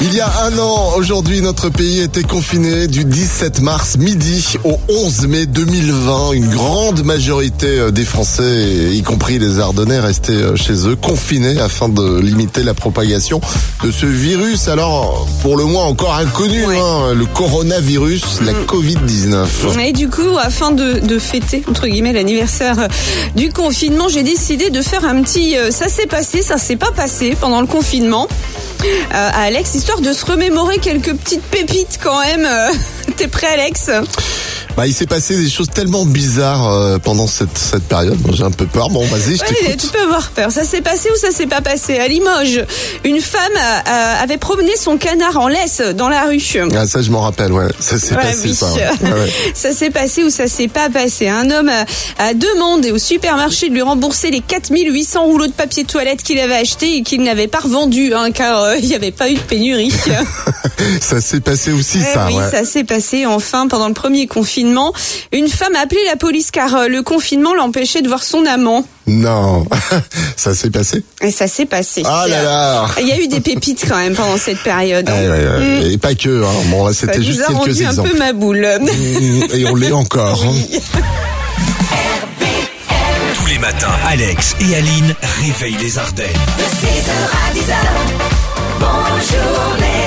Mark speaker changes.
Speaker 1: Il y a un an, aujourd'hui, notre pays était confiné du 17 mars midi au 11 mai 2020. Une grande majorité euh, des Français, y compris les Ardennais, restaient euh, chez eux, confinés afin de limiter la propagation de ce virus. Alors, pour le moins encore inconnu,
Speaker 2: Ouais. Mm.
Speaker 1: hein, le coronavirus, la Covid-19.
Speaker 2: Et du coup, afin de, de fêter, entre guillemets, l'anniversaire euh, du confinement, j'ai décidé de faire un petit euh, ça s'est passé, ça s'est pas passé pendant le confinement euh, à Alex, histoire de se remémorer quelques petites pépites quand même. euh. T'es prêt, Alex
Speaker 1: Bah, il s'est passé des choses tellement bizarres euh, pendant cette, cette période. Bon, J'ai un peu peur. Bon, vas-y, je
Speaker 2: Ouais, mais
Speaker 1: t'écoute.
Speaker 2: tu peux avoir peur. Ça s'est passé ou ça s'est pas passé À Limoges, une femme euh, avait promené son canard en laisse dans la rue.
Speaker 1: Ah, ça, je m'en rappelle, ouais. Ça s'est
Speaker 2: Ouais,
Speaker 1: passé,
Speaker 2: oui.
Speaker 1: ça. ouais. Ouais, ouais.
Speaker 2: Ça s'est passé ou ça s'est pas passé. hein. Un homme a, a demandé au supermarché de lui rembourser les 4800 rouleaux de papier toilette qu'il avait acheté et qu'il n'avait pas revendu, hein, car euh, il n'y avait pas eu de pénurie.
Speaker 1: Ça s'est passé aussi,
Speaker 2: Eh
Speaker 1: ça,
Speaker 2: oui,
Speaker 1: ouais.
Speaker 2: ça s'est passé enfin pendant le premier confinement. Une femme a appelé la police car euh, le confinement l'empêchait de voir son amant.
Speaker 1: Non. ça s'est passé.
Speaker 2: Et ça s'est passé.
Speaker 1: Ah là là.
Speaker 2: Il y a eu des pépites quand même pendant cette période. hein. Mm.
Speaker 1: Eh, ouais, ouais. Et pas que, hein. Bon, là,
Speaker 2: Ça
Speaker 1: c'était
Speaker 2: nous
Speaker 1: juste
Speaker 2: a
Speaker 1: quelques
Speaker 2: rendu un
Speaker 1: exemples.
Speaker 2: peu ma boule.
Speaker 1: Mmh, Et on l'est encore. hein.
Speaker 3: Tous les matins, Alex et Aline réveillent les Ardennes.
Speaker 4: De 6h à 10h, bonjour les